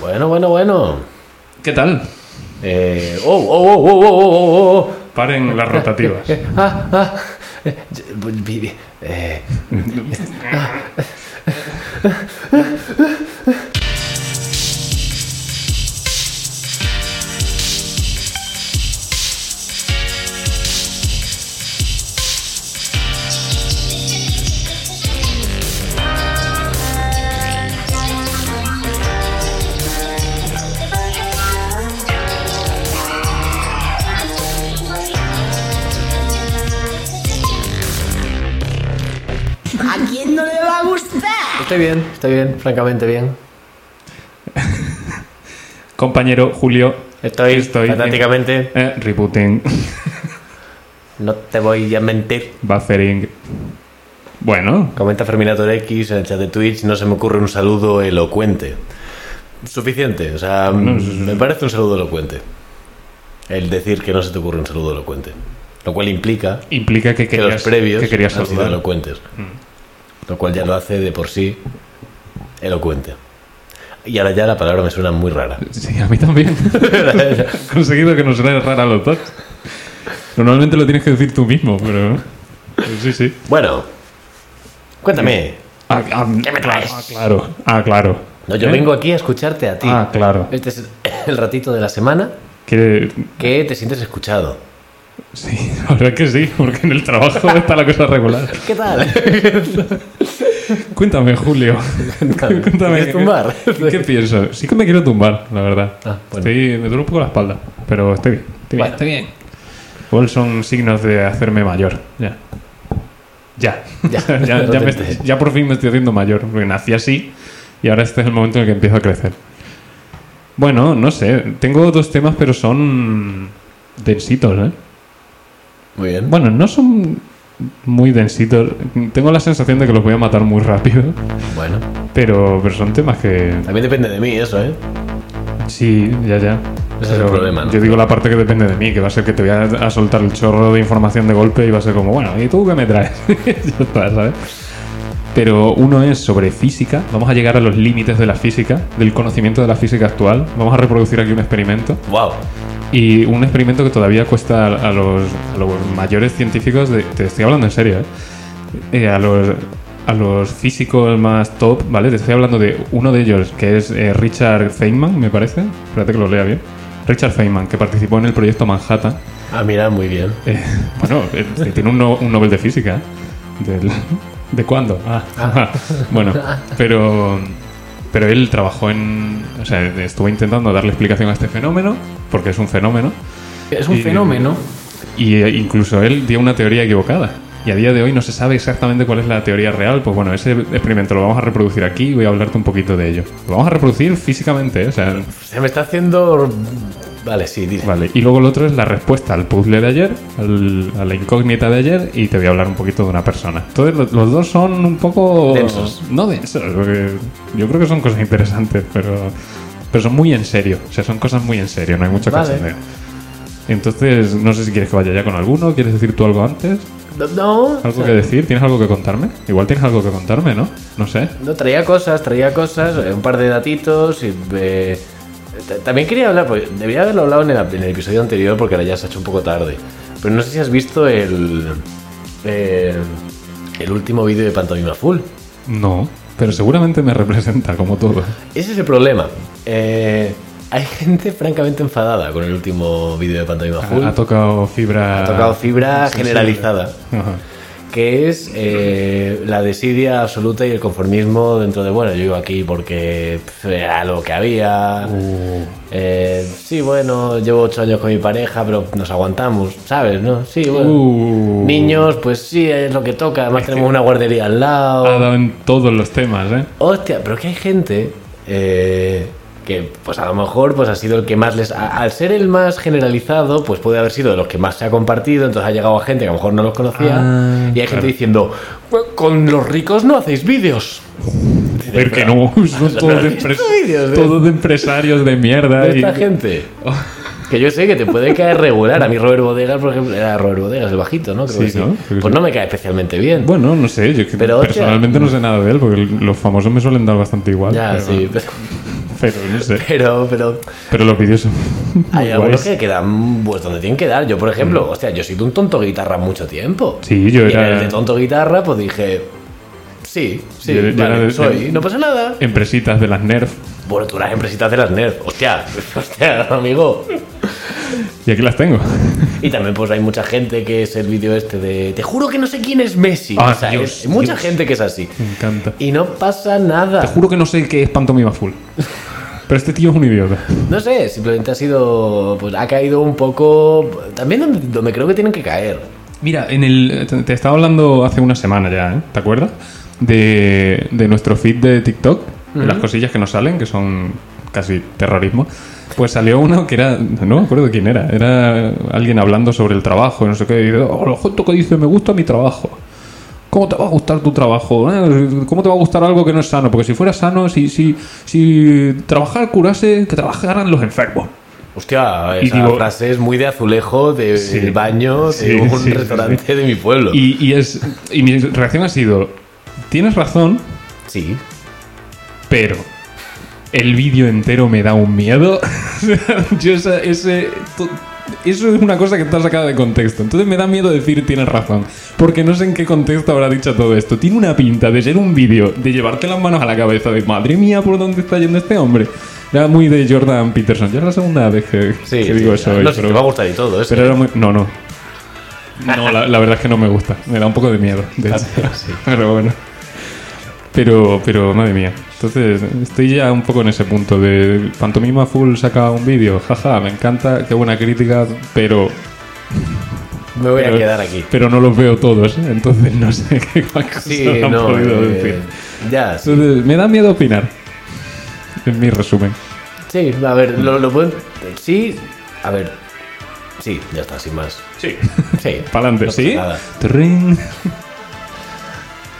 Bueno, bueno, bueno. ¿Qué tal? Eh, oh, oh, oh, oh, oh, oh, oh, oh. Paren las rotativas. Eh, ah, ah. Eh, vi- vi- eh, ¿A quién no le va a gustar? Estoy bien, estoy bien, francamente bien. Compañero Julio. Estoy, Estoy bien. fantásticamente. Eh, rebooting. No te voy a mentir. Buffering. Bueno, Comenta Ferminator X en el chat de Twitch. No se me ocurre un saludo elocuente. Suficiente, o sea, mm, me parece un saludo elocuente. El decir que no se te ocurre un saludo elocuente. Lo cual implica implica que que querías, los previos que querías han sido saludar. elocuentes. Lo cual ya lo hace de por sí elocuente. Y ahora ya la palabra me suena muy rara. Sí, a mí también. He conseguido que nos suene rara a los dos. Normalmente lo tienes que decir tú mismo, pero... pero Sí, sí. Bueno, cuéntame. Ah, ah, ¿Qué me traes? ah, claro. Ah, claro. No, yo ¿Eh? vengo aquí a escucharte a ti. Ah, claro. Este es el ratito de la semana Que... que te sientes escuchado. Sí, la verdad que sí, porque en el trabajo está la cosa regular. ¿Qué tal? Cuéntame, Julio. Cuéntame, ¿te quieres ¿qué- tumbar? ¿Qué, qué pienso? Sí que me quiero tumbar, la verdad. Ah, bueno. Estoy- me duele un poco la espalda, pero estoy bien. Estoy Bueno. bien. Igual son signos de hacerme mayor. Ya. Ya. Ya. ya, ya me- Realmente. ya por fin me estoy haciendo mayor. Porque nací así y ahora este es el momento en el que empiezo a crecer. Bueno, no sé. Tengo dos temas, pero son densitos, ¿eh? Muy bien. Bueno, no son muy densitos. Tengo la sensación de que los voy a matar muy rápido. Bueno, Pero, pero son temas que. también depende de mí eso, ¿eh? Sí, ya, ya. Ese es Pero el problema, ¿no? Yo digo la parte que depende de mí, que va a ser que te voy a, a soltar el chorro de información de golpe y va a ser como, bueno, ¿y tú qué me traes? Ya está, ¿sabes? Pero uno es sobre física, vamos a llegar a los límites de la física, del conocimiento de la física actual, vamos a reproducir aquí un experimento. Wow. Y un experimento que todavía cuesta a a los, a los mayores científicos, de- te estoy hablando en serio, ¿eh? Eh, a, los, a los físicos más top, ¿vale? Te estoy hablando de uno de ellos, que es eh, Richard Feynman, me parece. Espérate que lo lea bien. Richard Feynman, que participó en el proyecto Manhattan. Ah, mira, muy bien. Eh, bueno, eh, que tiene un, no- un Nobel de Física. ¿eh? Del- ¿De cuándo? Ah, bueno, pero, pero él trabajó en... O sea, estuvo intentando darle explicación a este fenómeno, porque es un fenómeno. Es un Y- fenómeno. Y eh, incluso él dio una teoría equivocada. Y a día de hoy no se sabe exactamente cuál es la teoría real. Pues bueno, ese experimento lo vamos a reproducir aquí y voy a hablarte un poquito de ello. Lo vamos a reproducir físicamente, ¿eh? o sea, Se me está haciendo... Vale, sí, dile. vale. Y luego el otro es la respuesta al puzzle de ayer, al- a la incógnita de ayer, y te voy a hablar un poquito de una persona. Entonces, lo- los dos son un poco. Densos. No densos, porque yo creo que son cosas interesantes, pero. Pero son muy en serio. O sea, son cosas muy en serio, no hay mucho Vale. cachondeo. Entonces, no sé si quieres que vaya ya con alguno, ¿quieres decir tú algo antes? No, No, ¿Algo que decir? ¿Tienes algo que contarme? Igual tienes algo que contarme, ¿no? No sé. No, traía cosas, traía cosas, eh, un par de datitos y... eh, ta- también quería hablar, pues, debía haberlo hablado en el, en el episodio anterior porque ahora ya se ha hecho un poco tarde. Pero no sé si has visto el... eh, el último vídeo de Pantomima Full. No, pero seguramente me representa como todo. Ese es el problema. Eh, hay gente francamente enfadada con el último vídeo de Pantomima Full. Ah, Ha, ha tocado fibra. Ha tocado fibra sensible. generalizada. Ajá. que es eh, la desidia absoluta y el conformismo dentro de, bueno, yo iba aquí porque pf, era lo que había. Eh, sí, bueno, llevo ocho años con mi pareja, pero nos aguantamos, ¿sabes? ¿No? Sí, bueno. Uh. Niños, pues sí, es lo que toca. Además tenemos una guardería al lado. Ha dado en todos los temas, ¿eh? Hostia, pero que hay gente eh, que, pues a lo mejor, pues ha sido el que más les. a- al ser el más generalizado, pues puede haber sido de los que más se ha compartido, entonces ha llegado a gente que a lo mejor no los conocía. Ah, y hay gente diciendo: Con los ricos no hacéis vídeos. Pero que no, son todos, de, empre- visto vídeos de- todos de empresarios de mierda. de y- esta gente. Que yo sé que te puede caer regular. A mí Robert Bodegas, por ejemplo, era Robert Bodegas, el bajito, ¿no? Creo Sí, que sí. ¿no? Creo que Pues sí. no me cae especialmente bien. Bueno, no sé, yo que Pero, hostia. personalmente no sé nada de él, porque los famosos me suelen dar bastante igual. ya, pero- sí. pero- pero no sé. Pero, pero. Pero los vídeos son muy Hay algunos guays. que quedan pues donde tienen que dar. Yo, por ejemplo, hostia, yo he sido un tonto guitarra mucho tiempo. Mm. Sí, yo Y en era- el de tonto guitarra, pues dije. Sí, sí, Yo- yo vale, era de- soy. de- No pasa nada. Empresitas de las Nerf. Bueno, tú las empresitas de las Nerf. Hostia, hostia, amigo. Y aquí las tengo. Y también pues hay mucha gente que es el vídeo este de te juro que no sé quién es Messi. Ah, O sea, Dios, es- hay mucha Dios. gente que es así. Me encanta. Y no pasa nada. Te juro que no sé qué es pantomima full. Pero este tío es un idiota. No sé, simplemente ha sido. Pues ha caído un poco. También donde, donde creo que tienen que caer. Mira, en el, te, te estaba hablando hace una semana ya, ¿eh? ¿te acuerdas? De, de nuestro feed de TikTok, de las cosillas que nos salen, que son casi terrorismo. Pues salió uno que era, no me acuerdo quién era, era alguien hablando sobre el trabajo, y no sé qué, y dice, "Oh, lo justo que dice, me gusta mi trabajo. ¿Cómo te va a gustar tu trabajo? Eh, ¿Cómo te va a gustar algo que no es sano? Porque si fuera sano, si, si, si trabajar curase, que trabajaran los enfermos. Hostia, Y esa digo- frase es muy de azulejo del Sí. baño de Sí, un sí, sí, restaurante de mi pueblo. Y, y es, y mi reacción ha sido, tienes razón, Sí. pero el vídeo entero me da un miedo. O sea, Yo esa- ese, to- eso es una cosa que está sacada de contexto. Entonces me da miedo decir tienes razón. Porque no sé en qué contexto habrá dicho todo esto. Tiene una pinta de ser un vídeo, de llevarte las manos a la cabeza, de madre mía, ¿por dónde está yendo este hombre? Era muy de Jordan Peterson. Ya es la segunda vez que, Sí, que sí, digo no eso. hoy, sé si pero- te va a gustar y todo, ¿eh? pero era muy... No, no. No, la, la verdad es que no me gusta. Me da un poco de miedo. de hecho. Pero bueno. Pero, pero, madre mía. Entonces, estoy ya un poco en ese punto de... Pantomima Full saca un vídeo. Jaja, me encanta. Qué buena crítica. Pero... Me voy pero- a quedar aquí. Pero no los veo todos. ¿eh? Entonces, no sé qué más cosas Sí, han no. podido eh, decir. ya, sí. Entonces, me da miedo opinar. Es mi resumen. Sí, a ver, lo, lo pueden. Sí, a ver. Sí, ya está, sin más. Sí. Sí. Para adelante, no pasa ¿sí? nada. Trin.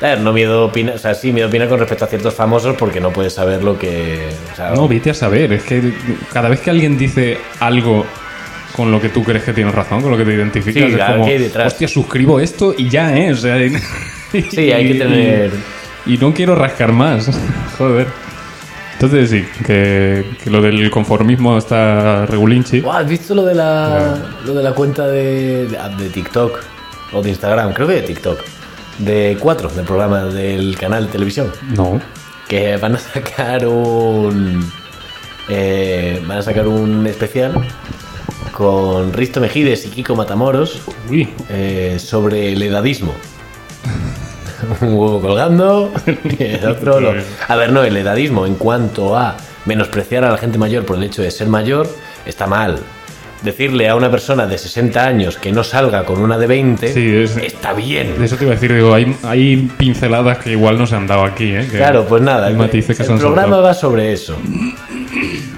A ver, no miedo opina, o sea, sí, miedo opina con respecto a ciertos famosos porque no puedes saber lo que. o sea, No, vete a saber. Es que cada vez que alguien dice algo con lo que tú crees que tienes razón, con lo que te identificas, Sí, es claro, como, ¿qué hay detrás? hostia, suscribo esto y ya, ¿eh? O sea, y- Sí, hay que y- tener- Y, no quiero rascar más. Joder. Entonces sí, que, que lo del conformismo está regulinchi. Buah, ¿Has visto lo de la, lo de la cuenta de, ah, de, de TikTok o de Instagram? Creo que de TikTok. De cuatro, del programa del canal televisión. No. Que van a sacar un. eh, van a sacar un especial con Risto Mejides y Kiko Matamoros Uy. eh, sobre el edadismo. Un huevo colgando, y el otro lo- A ver, no, el edadismo en cuanto a menospreciar a la gente mayor por el hecho de ser mayor está mal. Decirle a una persona de 60 años que no salga con una de 20 Sí, es- está De bien. eso te iba a decir, digo, hay, hay pinceladas que igual no se han dado aquí, ¿eh? Que Claro, pues nada, hay el, matices que el se han programa soltado. va sobre eso.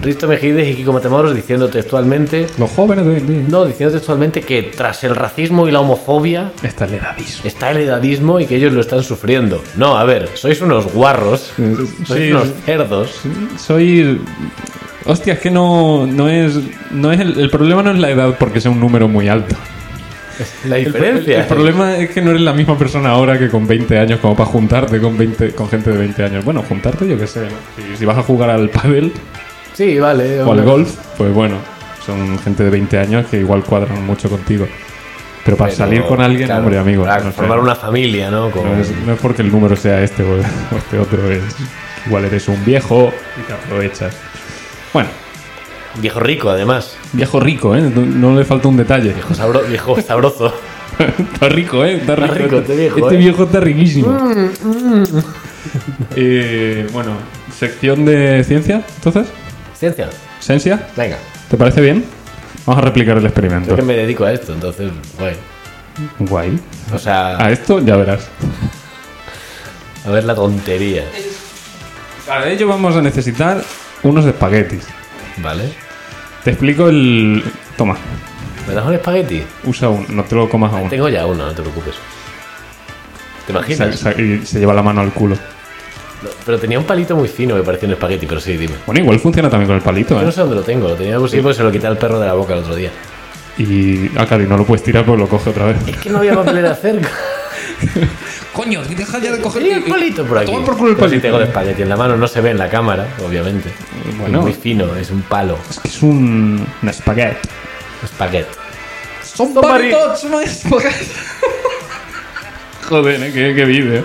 Risto Mejides y Kiko Matamoros diciendo textualmente, Los jóvenes de hoy en día. no, diciendo textualmente que tras el racismo y la homofobia Esta es el edadismo. está el edadismo y que ellos lo están sufriendo. No, a ver, sois unos guarros, Sí, sois sí. unos cerdos. Soy. Hostia, es que no, no es. No es el, el problema no es la edad porque sea un número muy alto. La El, diferencia. el problema es que no eres la misma persona ahora que con 20 años, como para juntarte con 20, con gente de 20 años. Bueno, juntarte yo qué sé. ¿no? Si, si vas a jugar al pádel Sí, vale. o al golf, pues bueno, son gente de 20 años que igual cuadran mucho contigo. Pero para Pero, salir con alguien, claro, hombre, amigo. Para no sé. formar una familia, ¿no? Con- No es, no es porque el número sea este o, o este otro. Es, igual eres un viejo y te aprovechas. Bueno, Viejo rico, además. Viejo rico, ¿eh? No, no le falta un detalle. Viejo, sabro- viejo sabroso. está rico, ¿eh? Está rico. rico este viejo, Este ¿eh? Mm, viejo está riquísimo. Eh, bueno, sección de ciencia, entonces. Ciencia. ¿Ciencia? Venga. ¿Te parece bien? Vamos a replicar el experimento. Yo que me dedico a esto, entonces, bueno. Guay. O sea, A esto ya verás. a ver la tontería, Para ello vamos a necesitar unos espaguetis. ¿vale? Te explico el... Toma, ¿Me das un espagueti? usa uno, no te lo comas aún. Tengo ya uno, no te preocupes. ¿Te Se, imaginas? se- y se lleva la mano al culo. No, Pero tenía un palito muy fino que parecía un espagueti, pero sí, dime. Bueno, igual funciona también con el palito, Yo no ¿eh? sé dónde lo tengo, lo tenía posible porque se lo quité al perro de la boca el otro día. Y... Ah, claro, y no lo puedes tirar porque lo coge otra vez. Es que no había papelera cerca. Coño, deja ya de coger Y el palito por aquí. Toma por culo el Pero Si palito. tengo el espagueti en la mano, no se ve en la cámara, obviamente. Bueno. Es muy fino, es un palo. Es que es un, un espagueti. Espagueti. Son Somebody- palitos, son espagueti. Joder, ¿eh? qué, qué vídeo.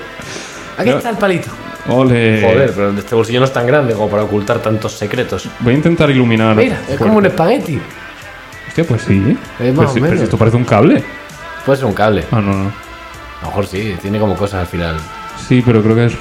Aquí No. Eh. está el palito. Ole. Joder, pero este bolsillo no es tan grande como para ocultar tantos secretos. Voy a intentar iluminar. Mira, es fuerte. como un espagueti. Hostia, pues sí. Es más Pues o sí, menos. pero esto parece un cable. Puede ser un cable. Ah, no, no. A lo mejor sí, tiene como cosas al final. Sí, pero creo que es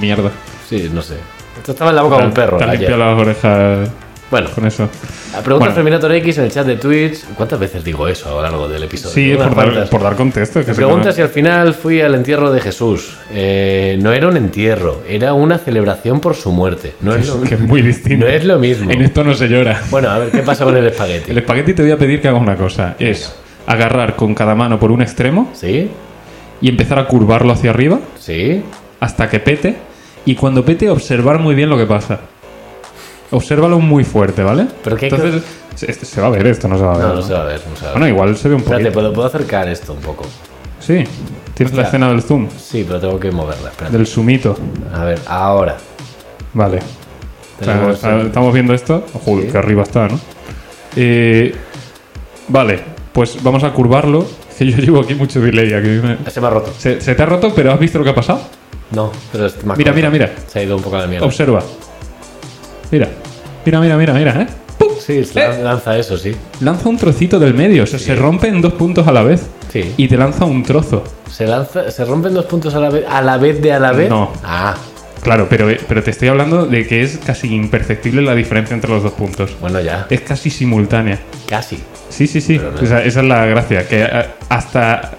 mierda. Sí, no sé. Esto estaba en la boca de un perro. Te has ayer. limpiado las orejas Bueno, con eso. la pregunta Bueno. Terminator X en el chat de Twitch. ¿Cuántas veces digo eso a lo largo del episodio? Sí, Unas por dar, cuantas. por dar contexto. que Me se conoce. pregunta si al final fui al entierro de Jesús. Eh, no era un entierro, era una celebración por su muerte. No es, Es lo, que es muy distinto. no es lo mismo. En esto no se llora. Bueno, a ver, ¿qué pasa con el espagueti? El espagueti te voy a pedir que hagas una cosa. Es agarrar con cada mano por un extremo ¿Sí? y empezar a curvarlo hacia arriba ¿Sí? hasta que pete. Y cuando pete, observar muy bien lo que pasa. Obsérvalo muy fuerte, ¿vale? Pero qué Entonces, se, este, se va a ver esto, no se va a ver. No, no se va a ver, no se va a ver. Bueno, igual se ve un Espérate, poquito. ¿puedo, puedo acercar esto un poco? Sí, tienes Hostia. la escena del zoom, Sí, pero tengo que moverla, espérate. del sumito. A ver, ahora. Vale. O sea, Tenemos- está- estamos viendo esto. Joder, Sí. que arriba está, ¿no? Eh, vale, pues vamos a curvarlo. Que yo llevo aquí mucho delay. Aquí me- Ah, Se me ha roto. se, se te ha roto, pero ¿has visto lo que ha pasado? No, pero es más Mira, corto. mira, mira. Se ha ido un poco a la mierda. Observa. Mira, mira, mira, mira, mira, ¿eh? ¡Pum! Eh, Sí, se lan- lanza eso, sí. Lanza un trocito del medio. O sea, se rompe en dos puntos a la vez. Sí. Y te lanza un trozo. ¿Se lanza, se rompen dos puntos a la vez? ¿A la vez de a la vez? No. Ah, Claro, pero, eh, pero te estoy hablando de que es casi imperceptible la diferencia entre los dos puntos. bueno, ya. Es casi simultánea. Casi. Sí, sí, sí. Pero no. Esa, esa es la gracia. Que a- hasta,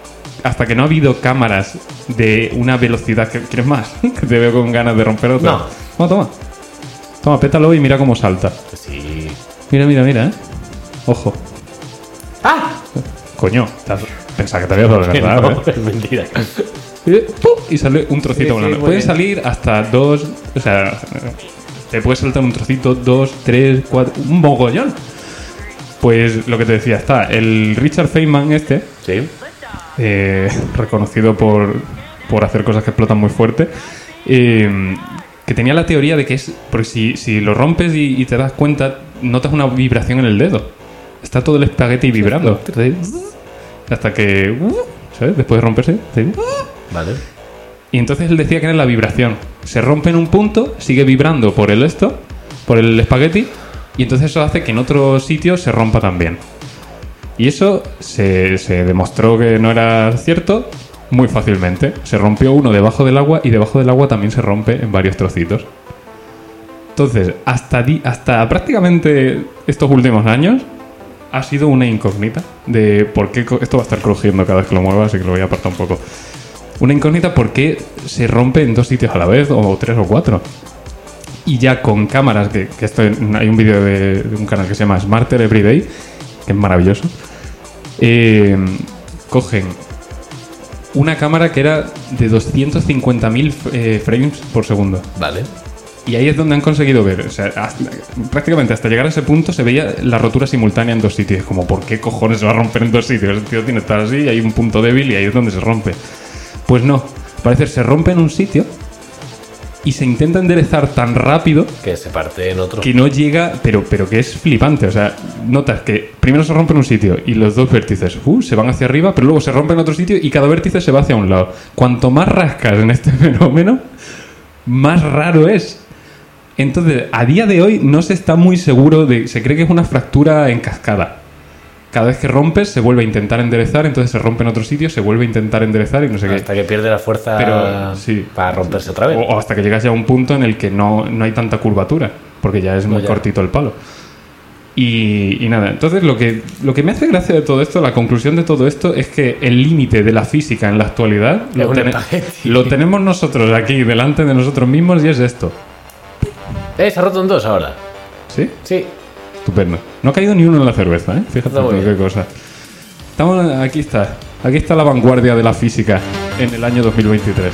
hasta que no ha habido cámaras de una velocidad que quieres más, que te veo con ganas de romper otra. No. Toma, toma. Toma, pétalo y mira cómo salta. Sí. Mira, mira, mira, ¿eh? Ojo. ¡Ah! Coño, te has- pensaba que te habías dado de verdad, No, ¿eh? es mentira. Eh, ¡pum! Y sale un Sí, sí, trocito volando. muy Pueden bien. salir hasta dos. O sea, te puede saltar un trocito, dos, tres, cuatro. Un mogollón. Pues lo que te decía está. El Richard Feynman, este, Sí. eh, reconocido por, por hacer cosas que explotan muy fuerte, eh, que tenía la teoría de que es. Porque si, si lo rompes y, y te das cuenta, notas una vibración en el dedo. Está todo el espagueti vibrando. Hasta que. uh, ¿Sabes? Después de romperse. te- Vale. y entonces él decía que era la vibración. Se rompe en un punto, sigue vibrando por el esto, por el espagueti, y entonces eso hace que en otro sitio se rompa también. Y eso se, se demostró que no era cierto muy fácilmente. Se rompió uno debajo del agua y debajo del agua también se rompe en varios trocitos. Entonces, hasta, di- hasta prácticamente estos últimos años ha sido una incógnita de por qué co- esto va a estar crujiendo cada vez que lo mueva, así que lo voy a apartar un poco. Una incógnita por qué se rompe en dos sitios a la vez, o tres o cuatro. Y ya con cámaras, que, que esto hay un vídeo de, de un canal que se llama Smarter Everyday, que es maravilloso, eh, cogen una cámara que era de 250.000 f- eh, frames por segundo. Vale. Y ahí es donde han conseguido ver. O sea, hasta- prácticamente hasta llegar a ese punto se veía la rotura simultánea en dos sitios. Es Como, ¿por qué cojones se va a romper en dos sitios? El tío tiene que estar así, y hay un punto débil y ahí es donde se rompe. Pues no. Parece que se rompe en un sitio y se intenta enderezar tan rápido Que se parte en otro. que no llega, pero, pero que es flipante. O sea, notas que primero se rompe en un sitio y los dos vértices uh, se van hacia arriba, pero luego se rompe en otro sitio y cada vértice se va hacia un lado. Cuanto más rascas en este fenómeno, más raro es. Entonces, a día de hoy no se está muy seguro de. Se cree que es una fractura en cascada. Cada vez que rompes, se vuelve a intentar enderezar, entonces se rompe en otro sitio, se vuelve a intentar enderezar y no sé qué. Hasta que pierde la fuerza Pero, sí. Oh. para romperse otra vez. O, o hasta que llegas ya a un punto en el que no, no hay tanta curvatura, porque ya es muy ya. cortito el palo. Y, y nada, entonces lo que, lo que me hace gracia de todo esto, la conclusión de todo esto, es que el límite de la física en la actualidad Es un tene- espagueti. lo tenemos nosotros aquí, delante de nosotros mismos, y es esto. Eh, se ha roto en dos ahora. ¿Sí? Sí. Estupendo. No ha caído ni uno en la cerveza, ¿eh? Fíjate Está muy tú, qué bien. cosa. Estamos, aquí está. Aquí está la vanguardia de la física en el año 2023.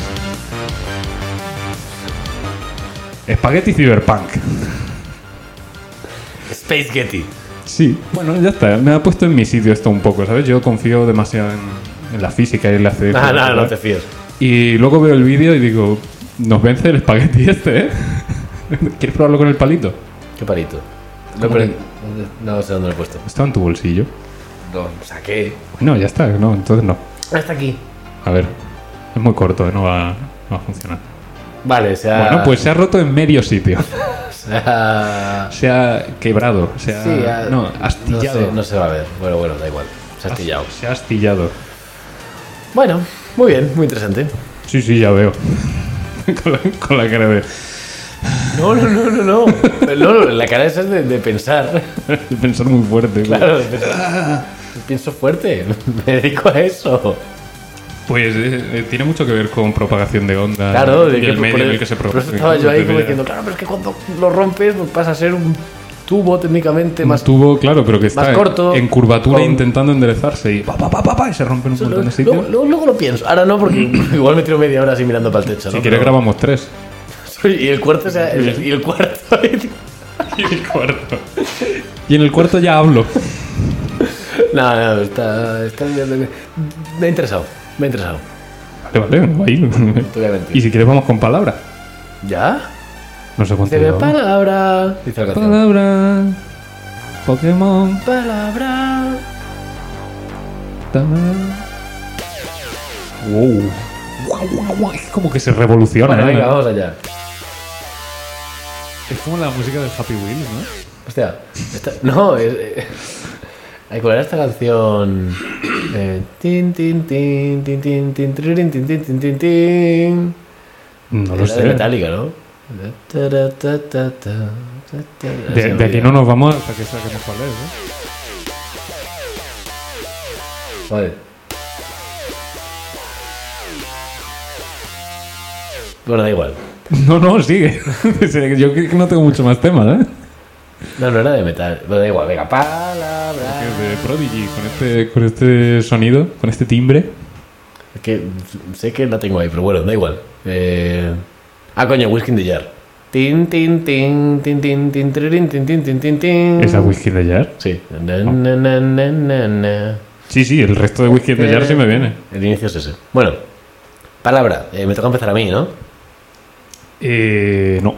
Espagueti Cyberpunk. Space Getty. Sí, bueno, ya está. Me ha puesto en mi sitio esto un poco, ¿sabes? Yo confío demasiado en, en la física y en la Ah, No, no, no te fíes. Y luego veo el vídeo y digo, nos vence el espagueti este, ¿eh? ¿Quieres probarlo con el palito? Qué palito. No, ¿Cómo pero- que- no sé dónde lo he puesto. Estaba en tu bolsillo. Lo saqué. No, ya está, no, entonces no. Hasta aquí. A ver, es muy corto, ¿eh? no va, no va a funcionar. Vale, se ha. Bueno, pues se ha roto en medio sitio. se ha- Se ha quebrado, se ha, Sí, ha- no, Ah, No, astillado. sé, no se va a ver. Bueno, bueno, da igual. Se ha astillado. Se ha astillado. Bueno, muy bien, muy interesante. Sí, sí, ya veo. con, la, con la cara de... No, no, no, no, no. No, no, la cara esa es de, de pensar. de pensar muy fuerte. Claro, de pensar. Pienso fuerte. Me dedico a eso. Pues eh, eh, tiene mucho que ver con propagación de onda. Claro, Ah, y de que el medio por en el- el que se por propaga. eso estaba yo ahí como diciendo, claro, pero es que cuando lo rompes pues pasa a ser un tubo técnicamente Un más tubo, claro, pero que está en- corto, en curvatura con- intentando enderezarse y pa, pa, pa, pa, pa, y se rompe en un montón de sitios. Luego, luego- luego lo pienso. Ahora no, porque igual me tiro media hora así mirando para el techo. si ¿no? quieres Pero- grabamos tres. Y el cuarto, o sea, el- y el cuarto. y el cuarto. Y en el cuarto ya hablo. no, no, está, está- Me ha interesado, me ha interesado. Vale, vale, no, ahí. Te voy a mentir. Y si quieres vamos con palabra. ¿Ya? No sé cuánto Se ve llevamos. palabra. Dice la canción. Palabra. Pokémon. Palabra. ta- Wow. Guau, guau, guau, Es como que se revoluciona. ¿eh? Bueno, ¿no? venga, vamos allá. Es como la música del Happy Wheels, ¿no? Hostia, esta- no, es. eh, Ay, ¿Cuál era esta canción? Eh, tin, tin, tin, tin, tin, tin, tiririn, tin, tin, tin, tin, tin. No Era lo de sé. Metallica, ¿no? Ta, ta, ta, ta, ta, ta, ta. Se De, me de aquí olvida. no nos vamos hasta que saquemos cuál es, ¿eh? Vale. Bueno, da igual. No, no, sigue. Yo creo que no tengo mucho más temas, ¿eh? No, no era de metal. Bueno, da igual, venga, palabra. De Prodigy, con este, con este sonido, con este timbre. Es que sé que la tengo ahí, pero bueno, da igual. Eh... Ah, coño, Whisky in the Jar. Tin, tin, tin, tin, tin, tin, tiririn, tin, tin, tin, tin, tin. ¿Esa whisky de Jar? Sí. Na, na, na, na, na, na. Sí, sí, el resto de whisky de Jar sí me viene. El inicio es ese. Bueno, palabra. Eh, me toca empezar a mí, ¿no? Eh, no.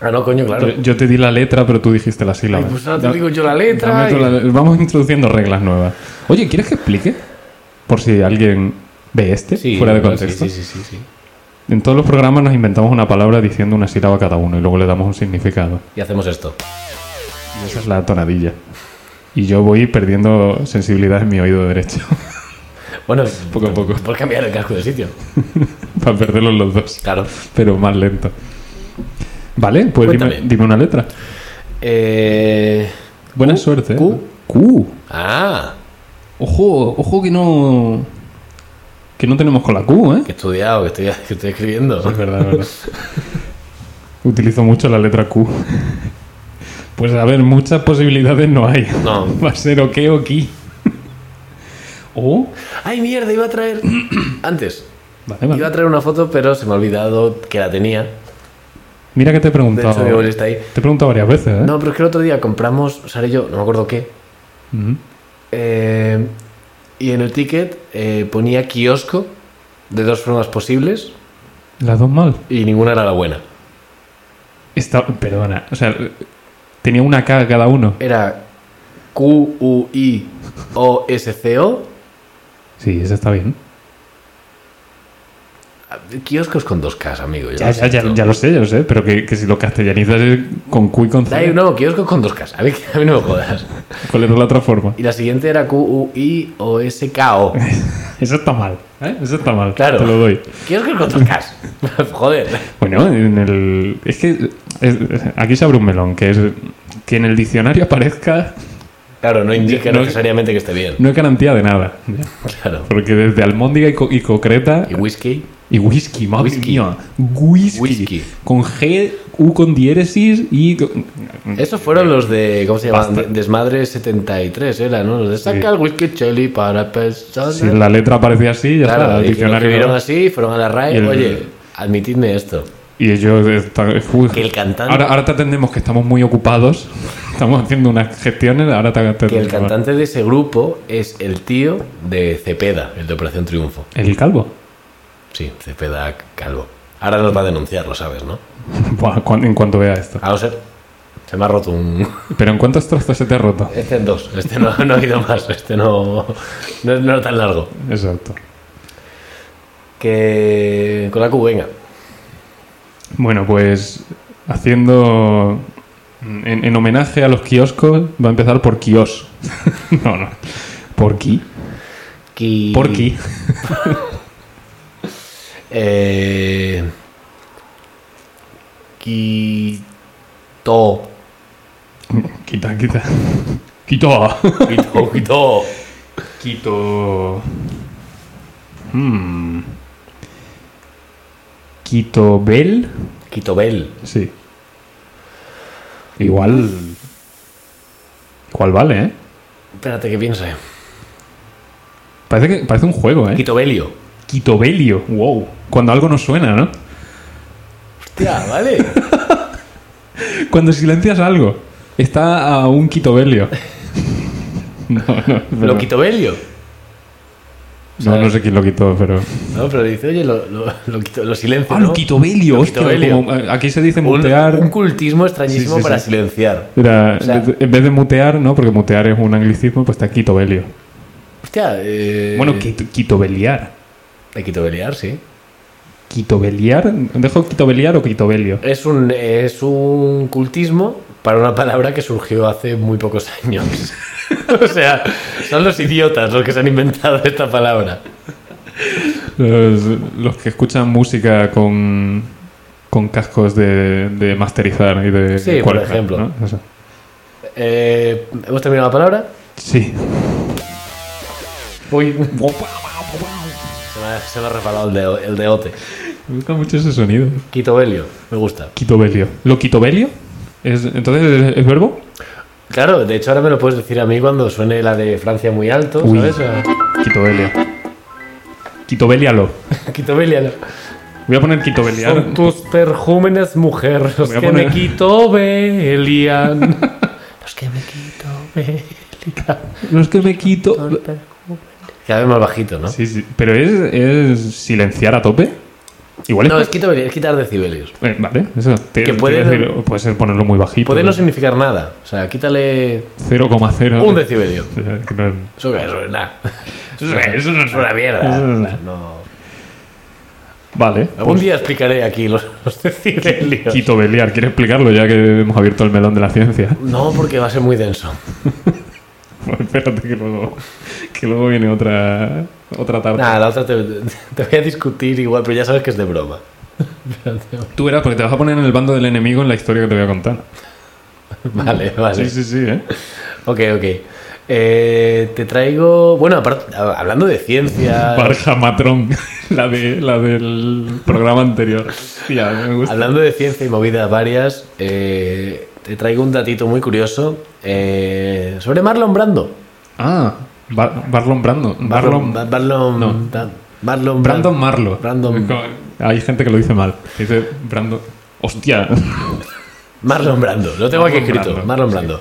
Ah, no, coño, claro. Yo, yo te di la letra, pero tú dijiste la sílaba. Ay, pues ahora te digo yo la letra Dame tú y- la- Vamos introduciendo reglas nuevas. Oye, ¿quieres que explique? Por si alguien ve este fuera de no, contexto. Sí, sí, sí, sí, sí. En todos los programas nos inventamos una palabra diciendo una sílaba cada uno y luego le damos un significado. Y hacemos esto. Y esa es la tonadilla. Y yo voy perdiendo sensibilidad en mi oído derecho. Bueno, Poco a poco. Por cambiar el casco de sitio. para perderlos los dos. Claro. Pero más lento. Vale, pues dime, Cuéntame. dime una letra. Eh... Buena suerte. ¿eh? Q. Q. Ah, Ojo, ojo que no. Que no tenemos con la Q, ¿eh? que he estudiado, que estoy, que estoy escribiendo. Es verdad, es verdad. Utilizo mucho la letra Q. Pues a ver, muchas posibilidades no hay. No. Va a ser o qué o qui. O. Ay, mierda, iba a traer... Antes, Vale, iba a vale. traer una foto, pero se me ha olvidado que la tenía. Mira que te he De hecho, preguntado. mi móvil está ahí. Te he preguntado varias veces, ¿eh? No, pero es que el otro día compramos, Sara y yo, no me acuerdo qué, Ujú. eh, y en el ticket eh, ponía kiosco de dos formas posibles Las dos mal. y ninguna era la buena. Está... Perdona. O sea, tenía una K cada uno. Era Q-U-I-O-S-C-O, Sí, esa está bien. kioscos con dos Ks, amigo. yo Ya, lo ya, ya, siento. ya lo sé, ya lo sé. Pero que, que si lo castellanizas es con Q y con Da- C. No, kioscos con dos Ks, a mí, a mí no me jodas. ¿Cuál era la otra forma? Y la siguiente era Q-U-I-O-S-K-O. Eso está mal. ¿eh? Eso está mal. Claro. Te lo doy. Kioscos con dos Ks. Joder. Bueno, en el. Es que. es- aquí se abre un melón, que es. Que en el diccionario aparezca Claro, no indica No- necesariamente que esté bien. no es garantía de nada. Claro. Porque desde almóndiga y, co- y concreta. ¿Y whisky? Y whisky, madre Whisky. mía. Whisky. Whisky. Con G, U con diéresis y. Mm. Esos fueron los de, ¿cómo se llamaban? Basta. De- Desmadre 73, era, ¿no? Los de saca el whisky chili para personas. Si la letra aparecía así, ya está. claro, El y los que diccionario. vieron así fueron a la RAE. Y el- Oye, admitidme esto. Y ellos están. uy. Que el cantante- eh, Ahora, ahora te atendemos que estamos muy ocupados. Estamos haciendo unas gestiones. Ahora te Que el atendemos. cantante de ese grupo es el tío de Cepeda, el de Operación Triunfo. El calvo. Sí, Cepeda Calvo. Ahora nos va a denunciar, lo sabes, ¿no? Buah, cuan- en cuanto vea esto. A no ser. Se me ha roto un. Pero ¿en cuántos trozos se te ha roto? Este en dos. Este no, no ha ido más. Este no. No es no tan largo. Exacto. Que. Con la Q, venga. Bueno, pues haciendo. En, en homenaje a los kioscos, va a empezar por kios. no, no. ¿Por qui? Ki- Por qui. Eh. Quito. Quita, quita. Quito. Quito, quito. Quito. Hmm. Quito Bell. Quito Bell. Sí. Igual. Igual vale, ¿eh? Espérate que piense. Parece, que, parece un juego, ¿eh? Quito Belio. Quito Belio. Wow. Cuando algo no suena, ¿no? Hostia, vale. Cuando silencias algo. Está a un Quito Belio. No, no. pero- Lo Quito Belio. No, no sé quién lo quitó, pero. No, pero dice, oye, lo, lo, lo quito, lo silencio. Ah, ¿no? lo Quito Belio. Lo Quito Hostia, Belio. como, eh, aquí se dice Un, mutear. un cultismo extrañísimo Sí, sí, para sí. silenciar. Era, O sea- en vez de- en vez de mutear, ¿no? Porque mutear es un anglicismo, pues está Quito Belio. Hostia, eh. Bueno, quito, quitobeliar. De Quito Beliar, sí. ¿Quitobeliar? ¿Dejo quitobeliar o quitobelio? Es un, es un cultismo para una palabra que surgió hace muy pocos años. o sea, son los idiotas los que se han inventado esta palabra. Los, los que escuchan música con, con cascos de, de masterizar y de... Sí, por cuarentar, ejemplo. ¿no? Eso. Eh, ¿Hemos terminado la palabra? Sí. Uy. Se me ha, se me ha resbalado el, deo- el deote. Me gusta mucho ese sonido. Quito Belio, me gusta. Quitobelio. ¿Lo quitobelio? ¿Es, entonces, ¿es, es verbo? Claro, de hecho ahora me lo puedes decir a mí cuando suene la de Francia muy alto, Uy. ¿sabes? Quitobelio. Quitobelialo. Quito Belial. Voy a poner quitobeliar. Son tus perjúmenes, mujer, los Voy a que poner- me quito Belian. los que me quito Belian. Los que me quito... Son perjúmenes. Cada vez más bajito, ¿no? Sí, sí. ¿Pero es, es silenciar a tope? Igual es... No, es, quito Belial, es quitar decibelios. Eh, vale, eso. Te, Que te puede- iba a decir, puede ser ponerlo muy bajito. Puede no significar nada. O sea, quítale 0,0. un decibelio. Eh, que no- Eso, que- eso es nada. Eso, es- eso no es una mierda. Eso no es O nada. sea, no- Vale. pues, Algún día explicaré aquí los, los decibelios. Quito Beliar, ¿quieres explicarlo ya que hemos abierto el melón de la ciencia? No, porque va a ser muy denso. Bueno, espérate que luego, que luego viene otra, otra tarde. Nada, la otra te, te voy a discutir igual, pero ya sabes que es de broma. Tú verás, porque te vas a poner en el bando del enemigo en la historia que te voy a contar. Vale, vale. Sí, sí, sí, ¿eh? Ok, ok. Eh, te traigo. Bueno, aparte, a- hablando de ciencia. Barja Matrón, la, de, la del programa anterior. Hostia, me gusta. hablando de ciencia y movidas varias, eh, te traigo un datito muy curioso eh, sobre Marlon Brando. Ah, Bar- Barlon Brando. Barlon, Ba- Marlon. no. Bra- Marlon Bra- Brandon Marlo. Brandon- Es como- Hay gente que lo dice mal. Dice Brandon. Hostia. Marlon Brando, lo tengo aquí Marlon escrito. Brando, Marlon sí. Brando.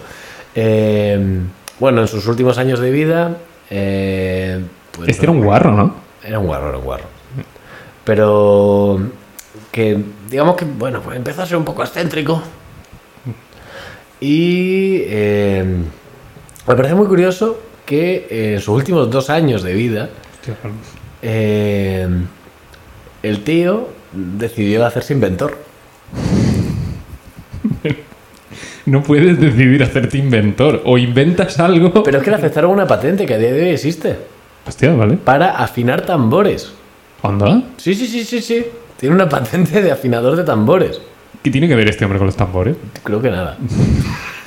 Eh, bueno, en sus últimos años de vida. eh, pues Este era no- un guarro, ¿no? Era un guarro, era un guarro. Pero que, digamos que, bueno, pues empezó a ser un poco excéntrico. Y eh, me parece muy curioso que eh, en sus últimos dos años de vida, eh, el tío decidió hacerse inventor. No puedes decidir hacerte inventor. O inventas algo. Pero es que le aceptaron una patente que a día de hoy existe Hostia, ¿vale? para afinar tambores. ¿Onda? Sí, sí, sí, sí, sí. Tiene una patente de afinador de tambores. ¿Qué tiene que ver este hombre con los tambores? Creo que nada.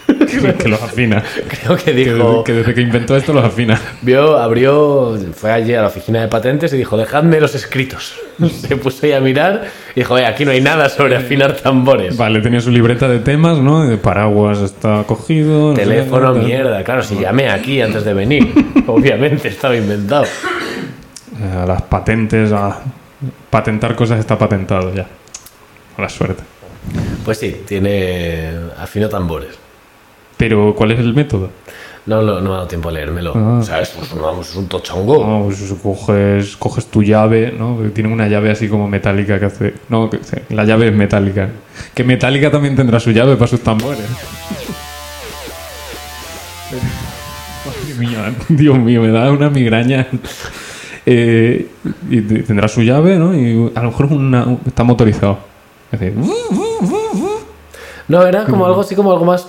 que los afina. Creo que Que dijo. desde, que desde que inventó esto los afina. Vio, abrió, fue allí a la oficina de patentes y dijo, dejadme los escritos. Se puso ahí a mirar y dijo, "Eh, aquí no hay nada sobre afinar tambores. Vale, tenía su libreta de temas, ¿no? De paraguas está cogido. no sé qué, Teléfono, tal. mierda. Claro, si llamé aquí antes de venir. Obviamente estaba inventado. Eh, las patentes. ah, Patentar cosas está patentado ya. Mala suerte. Pues sí, tiene... afinó tambores. Pero, ¿cuál es el método? No, no, no me ha dado tiempo a leérmelo. Ah. ¿Sabes? Pues vamos, es un tochongo. No, pues coges, coges tu llave, ¿no? Porque Tiene una llave así como metálica que hace. No, que- la llave es metálica. Que metálica también tendrá su llave para sus tambores. Madre mía, Dios mío, me da una migraña. Eh, y te- tendrá su llave, ¿no? Y a lo mejor una- está motorizado. Es Mm. decir, No, era como algo así, como algo más.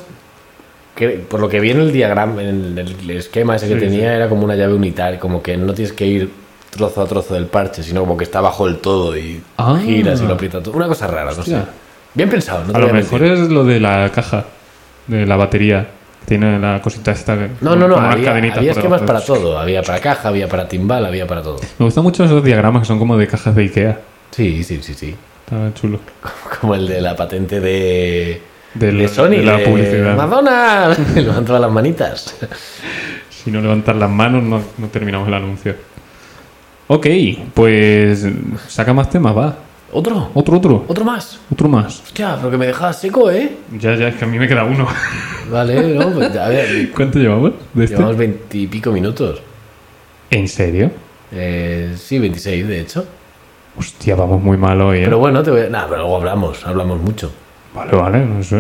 Que, por lo que vi en el diagrama, en el, el esquema ese que Sí, tenía, era como una llave unitaria, como que no tienes que ir trozo a trozo del parche, sino como que está bajo el todo y Ah. giras y lo aprietas todo. Una cosa rara, no Hostia. sé. Bien pensado, no te a lo voy a mejor mentir. es lo de la caja, de la batería. que Tiene la cosita esta. que- No, no, no, como unas había, cadenitas había por esquemas debajo. para todo. Había para caja, había para timbal, había para todo. Me gustan mucho esos diagramas que son como de cajas de Ikea. Sí, sí, sí, sí. Está chulo. Como el de la patente de. De la- de Sony, de la publicidad. Madonna, le levantaba las manitas. Si no levantas las manos, no, no terminamos el anuncio. Ok, pues saca más temas, va. ¿Otro? Otro, otro. ¿Otro más? Otro más. Hostia, pero que me dejabas seco, ¿eh? Ya, ya, es que a mí me queda uno. Vale, no, pues, a ver, ¿Cuánto llevamos de este? llevamos veintipico minutos. ¿En serio? Eh, sí, 26 de hecho. Hostia, vamos muy mal hoy, ¿eh? Pero bueno, te voy a- Nah, pero luego hablamos, hablamos mucho. Vale, vale, no sé.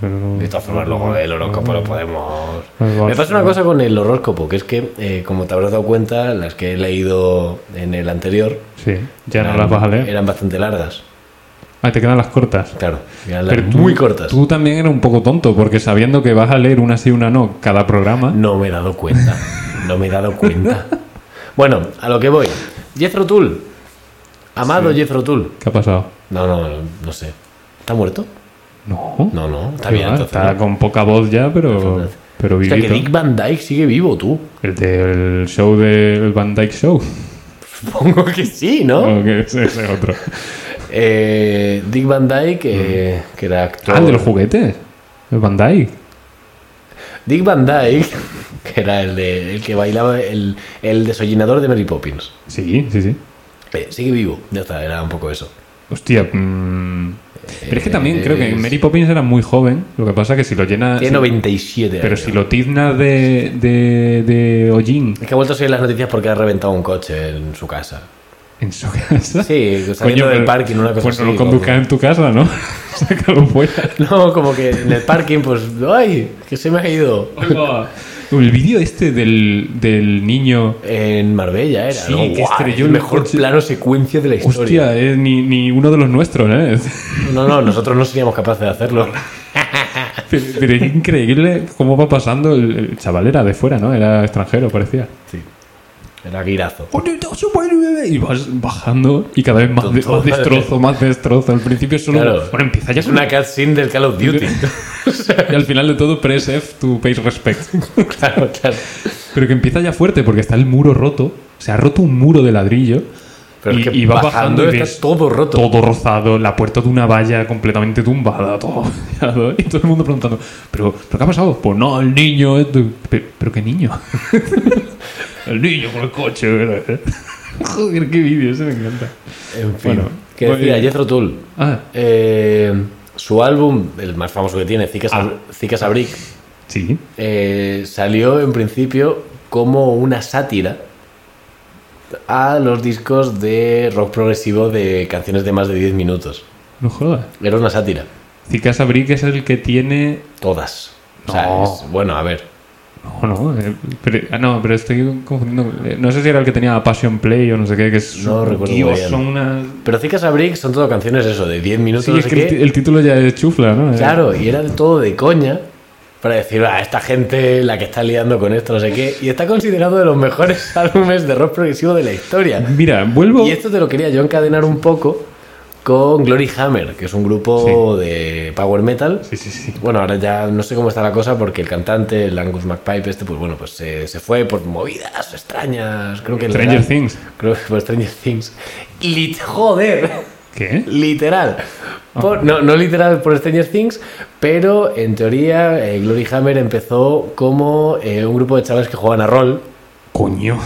pero no- De todas formas, luego el horóscopo lo podemos... Pues Me vas, pasa una vas. cosa con el horóscopo, que es que, eh, como te habrás dado cuenta, las que he leído en el anterior... Sí, ya no eran- las vas a leer. Eran bastante largas, Ah, te quedan las cortas. claro. eran Pero las tú- muy cortas. Tú también eres un poco tonto, porque sabiendo que vas a leer una sí y una no cada programa. No me he dado cuenta. No me he dado cuenta. Bueno, a lo que voy. Jethro Tull. Amado Jethro Tull. ¿Qué ha pasado? No, no, no sé. ¿Está muerto? No. No, no, está Qué bien. va, entonces, está ¿no? con poca voz ya, pero, pero O sea, que vivito. Dick Van Dyke sigue vivo, tú. El del show del Van Dyke Show. Supongo que sí, ¿no? O que ese es otro. Eh, Dick Van Dyke, eh, que era actor. Ah, el de los juguetes. El Van Dyke. Dick Van Dyke, que era el, de- el que bailaba el, el desollinador de Mary Poppins. Sí, sí, sí. Eh, sigue vivo, ya está, era un poco eso. Hostia. mm. Pero es que también creo que Eh, es- Mary Poppins era muy joven. Lo que pasa que si lo llena. Tiene si- 97 Ah, pero años. si lo tiznas de, de, de hollín Es que ha vuelto a salir las noticias porque ha reventado un coche en su casa. en su casa. Sí, saliendo del pero- parking, una cosa Pues no así, lo conduzcas como- en tu casa, ¿no? Sácalo fuera. No, como que en el parking, pues, ¡ay! Que se me ha ido. El vídeo este del, del niño. En Marbella era. Sí, ¿no? que Guau, estrelló el el mejor coche. plano secuencia de la historia. Hostia, es ni, ni uno de los nuestros, ¿eh? No, no, nosotros no seríamos capaces de hacerlo. Pero, pero es increíble cómo va pasando. El, el chaval era de fuera, ¿no? Era extranjero, parecía. Sí. Era guirazo. Y vas bajando y cada vez más, de- más destrozo, más destrozo. Al principio solo. Claro. Bueno, empieza ya Es una cutscene del Call of Duty. Y al final de todo, press F to pay respect. claro, claro. Pero que empieza ya fuerte porque está el muro roto. Se ha roto un muro de ladrillo. Pero y, es que y va bajando, bajando y está ves todo roto. Todo rozado, la puerta de una valla completamente tumbada, todo. rayado, Y todo el mundo preguntando, ¿pero, ¿pero qué ha pasado? Pues no, el niño. esto". "Pe- ¿Pero qué niño? el niño con el coche. ¿verdad? Joder, qué vídeo, ese me encanta. En fin. Bueno, que muy decía bien. Jethro Tull. Ah, Eh, su álbum, el más famoso que tiene, Zika Sab- Ah. Zika Sabrik, sí. eh, salió en principio como una sátira a los discos de rock progresivo de canciones de más de 10 minutos. No jodas. Era una sátira. Zika Brick es el que tiene. Todas. O sea, No. es- bueno, a ver. No, no. eh, pero, ah, no, pero estoy confundiendo. eh, No sé si era el que tenía Passion Play o no sé qué, que es. No recuerdo muy Dios, bien. son unas. Pero Zika Sabrik son todo canciones eso, de 10 minutos. Sí, no es sé que el, qué. ti- el título ya es chufla, ¿no? Eh, Claro, y era de todo de coña para decir, ah, esta gente la que está liando con esto, no sé qué. Y está considerado de los mejores álbumes de rock progresivo de la historia. Mira, vuelvo. Y esto te lo quería yo encadenar un poco con Glory Hammer, que es un grupo de power metal. Sí, sí, sí. Bueno, ahora ya no sé cómo está la cosa porque el cantante, el Angus McPipe, este, pues bueno, pues se, se fue por movidas extrañas. Creo que le Stranger dan- Things. Creo que por Stranger Things. Lit, joder. ¿Qué? Literal. Por- no, no literal por Stranger Things, pero en teoría eh, Glory Hammer empezó como eh, un grupo de chavales que jugaban a rol. Coño.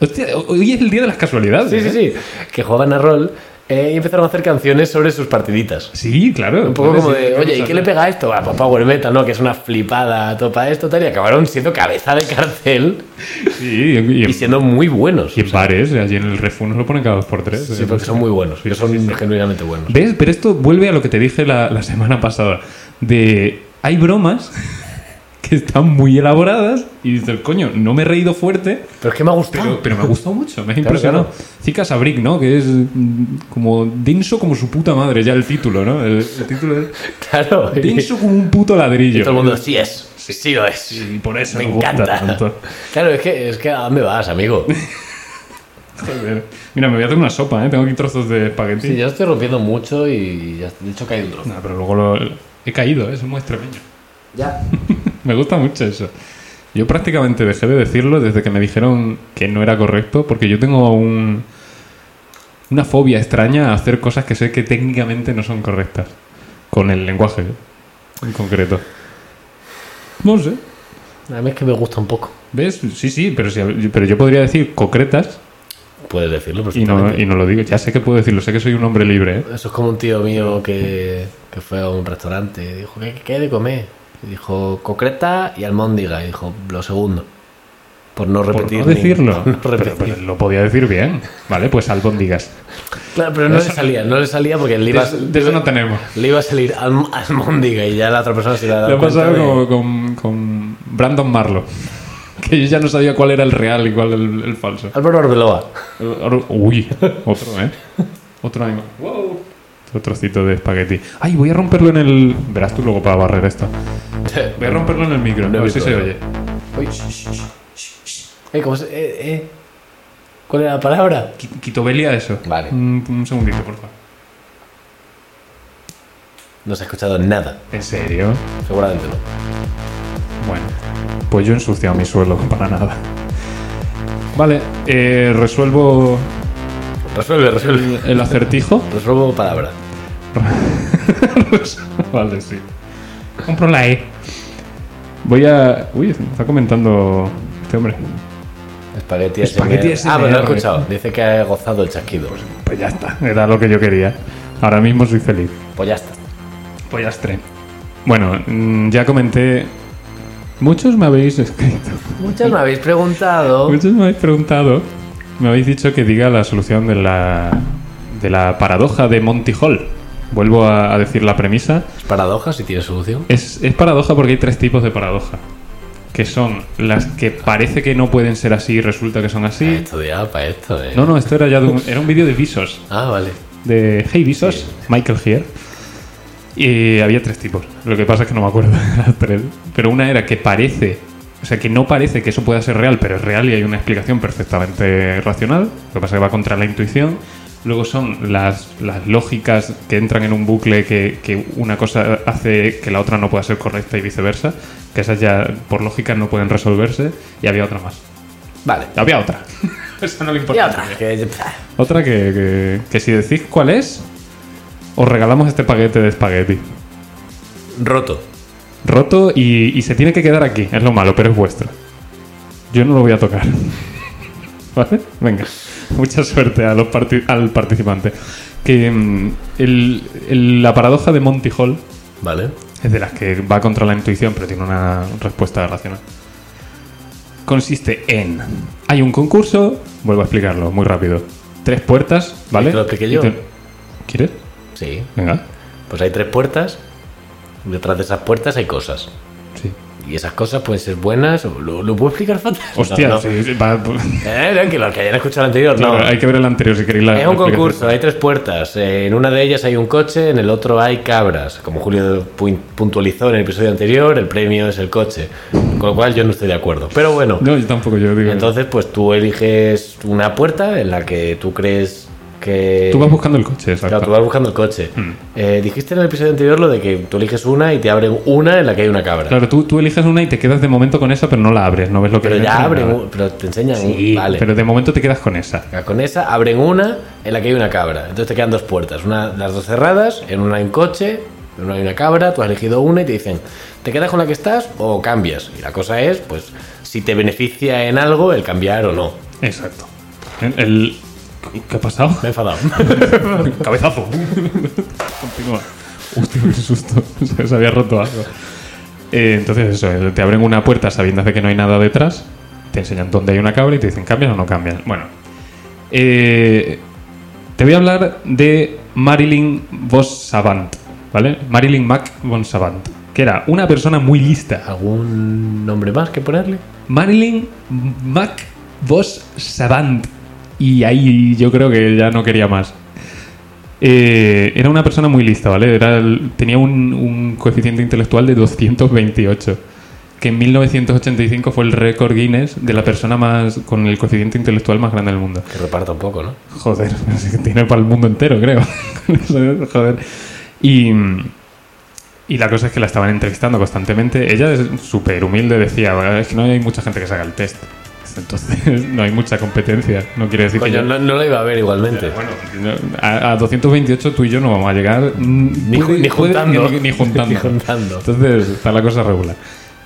Hostia, hoy es el día de las casualidades. Sí, sí, ¿eh? sí. Que jugaban a rol eh, y empezaron a hacer canciones sobre sus partiditas. Sí, claro. Un poco vale, como sí, de, vamos oye, ¿y a qué le ver". pega a esto? Ah, pues Power Metal, ¿no? Que es una flipada, topa esto, tal. Y acabaron siendo cabeza de cartel Sí, y, y- y siendo muy buenos. y en bares, allí en el refú nos lo ponen cada dos por tres. Sí, eh. porque son muy buenos. Que son genuinamente buenos. ¿Ves? Pero esto vuelve a lo que te dije la, la semana pasada. De hay bromas que están muy elaboradas y dices, coño, no me he reído fuerte, Pero es que me ha gustado. pero, pero me ha gustado mucho, me Ah. ha Claro, impresionado. claro. Chica Sabrick, ¿no? Que es mm, como denso como su puta madre, ya el título, ¿no? El, el título es Claro. Y, y denso como un puto ladrillo. todo el mundo, sí es. Sí, lo es. Y por eso me nos gusta encanta. tanto. Claro, es que, es que ¿a dónde vas, amigo? Joder. Mira, me voy a hacer una sopa, ¿eh? Tengo aquí trozos de espagueti. Sí, yo estoy rompiendo mucho y ya, de hecho cae un trozo. No, pero luego lo- he caído, ¿eh? es muy extremeño. Ya. Me gusta mucho eso. Yo prácticamente dejé de decirlo desde que me dijeron que no era correcto, porque yo tengo un, una fobia extraña a hacer cosas que sé que técnicamente no son correctas. Con el lenguaje, ¿eh? en concreto. No sé. A mí es que me gusta un poco. ¿Ves? Sí, sí, pero, si- pero yo podría decir concretas Puedes decirlo y no, perfectamente. y no lo digo. Ya sé que puedo decirlo, sé que soy un hombre libre. ¿eh? Eso es como un tío mío que, que fue a un restaurante y dijo, ¿qué, qué hay de comer? Y dijo, concreta y almóndiga. Y dijo, lo segundo. Por no Por repetir. no ni- decirlo. por no Pero- repetir. pero lo podía decir bien. Vale, pues albóndigas. claro, pero no le salía, no le salía porque le De, iba, eso- de eso no tenemos. le iba a salir alm- almóndiga y ya la otra persona se le ha Le dado ha cuenta pasado de- como con, con Brandon Marlo. Que yo ya no sabía cuál era el real y cuál el, el falso. Álvaro Arbeloa. Ahora- Uy, otro, ¿eh? Otro animal. Otro trocito de espagueti. Ay, voy a romperlo en el. Verás tú luego para barrer esto. Voy a romperlo en el micro, No he a ver si visto, se ¿no? oye. Uy, shh, shh, shh, shh, shh. Eh, ¿cómo se- eh, eh. ¿Cuál era la palabra? Qui- Quitobelia eso. Vale. Un, un segundito, por favor. No se ha escuchado nada. ¿En serio? Seguramente no. Bueno, pues yo he ensuciado mi suelo para nada. Vale, eh, resuelvo Resuelve, resuelve. el- el acertijo. Resuelvo palabra. vale, sí. Compro la E. Voy a. Uy, está comentando este hombre. Espagueti Espagueti SMR. Ah, pero no he SMR. escuchado. Dice que ha gozado el chasquido. Pues ya está, era lo que yo quería. Ahora mismo soy feliz. Pues ya está. Pollastre. Bueno, mm, ya comenté. Muchos me habéis escrito. Muchas me habéis preguntado. Muchos Pues me habéis preguntado. Me habéis dicho que diga la solución de la. de la paradoja de Monty Hall. Vuelvo a- a decir la premisa. Paradoja si tiene solución. Es, es paradoja porque hay tres tipos de paradoja. Que son las que parece que no pueden ser así y resulta que son He así. estudiado para esto, eh. No, no, esto era ya de un, era un vídeo de Visos. Ah, vale. De Hey Visos, Michael Here. Y había tres tipos. Lo que pasa es que no me acuerdo de las tres. Pero una era que parece, o sea, que no parece que eso pueda ser real, pero es real y hay una explicación perfectamente racional. Lo que pasa es que va contra la intuición. Luego son las, las lógicas que entran en un bucle que, que una cosa hace que la otra no pueda ser correcta y viceversa. Que esas ya por lógica no pueden resolverse. Y había otra más. Vale. Había otra. Esa no le Y importa. a otra. nadie. que- Otra que, que- que si decís cuál es, os regalamos este paquete de espagueti. Roto. Roto y, y se tiene que quedar aquí. Es lo malo, pero es vuestro. Yo no lo voy a tocar. ¿Vale? Venga. Mucha suerte a los parti- al participante. Que mm, el- el- la paradoja de Monty Hall Vale. es de las que va contra la intuición, pero tiene una respuesta racional. Consiste en. Hay un concurso, vuelvo a explicarlo muy rápido. Tres puertas, ¿vale? que lo explique Y yo. ¿Quieres? Sí. Venga. Pues hay tres puertas. Detrás de esas puertas hay cosas. Sí. Y esas cosas pueden ser buenas. o- ¿Lo, lo puedo explicar fatal? Hostia, No, no. sí, sí, va- Eh, no, que los que hayan escuchado el anterior, claro, no. hay que ver el anterior si queréis la. Es la un explicación. concurso, hay tres puertas. Eh, En una de ellas hay un coche, en el otro hay cabras. Como Julio pu- puntualizó en el episodio anterior, el premio es el coche. Con lo cual yo no estoy de acuerdo. Pero bueno, No, yo tampoco, yo digo. entonces pues tú eliges una puerta en la que tú crees que... Tú vas buscando Hmm. el coche, exacto. Claro, tú vas buscando el coche. Eh, dijiste en el episodio anterior lo de que tú eliges una y te abren una en la que hay una cabra. Claro, tú, tú eliges una y te quedas de momento con esa, pero no la abres, no ves lo que pero hay ya dentro ni abren, nada. un- pero te enseñan, Sí, vale. pero de momento te quedas con esa. Con esa abren una en la que hay una cabra. Entonces te quedan dos puertas. Una, las dos cerradas, en una hay un coche, en una hay una cabra, tú has elegido una y te dicen, ¿te quedas con la que estás o cambias? Y la cosa es, pues, si te beneficia en algo el cambiar o no. Exacto. El, ¿Qué- ¿Qué ha pasado? Me he enfadado. Cabezazo. Continúa. Hostia, qué susto. Se, se había roto algo. Eh, entonces, eso, eh, te abren una puerta sabiendo de que no hay nada detrás, te enseñan dónde hay una cabra y te dicen, ¿cambias o no cambias? Bueno. Eh, te voy a hablar de Marilyn von Savant, ¿vale? Marilyn Mac von Savant, que era una persona muy lista. ¿Algún nombre más que ponerle? Marilyn Mac Vos Savant. Y ahí yo creo que ya no quería más. Eh, era una persona muy lista, ¿vale? Era el- tenía un, un coeficiente intelectual de 228, que en 1985 fue el récord Guinness de la persona más con el coeficiente intelectual más grande del mundo. Que reparta un poco, ¿no? Joder, es que tiene para el mundo entero, creo. Joder. Y, y la cosa es que la estaban entrevistando constantemente. Ella es súper humilde, decía, "Bueno, es que no hay mucha gente que se haga el test. Entonces no hay mucha competencia. No quiere decir que... Coño, yo- no, no lo iba a ver igualmente. Bueno, no, a, a 228 tú y yo no vamos a llegar mm, Ni, ju- puede- ni puede que juntando. ni- ni juntando. Ni juntando. Entonces está la cosa regular.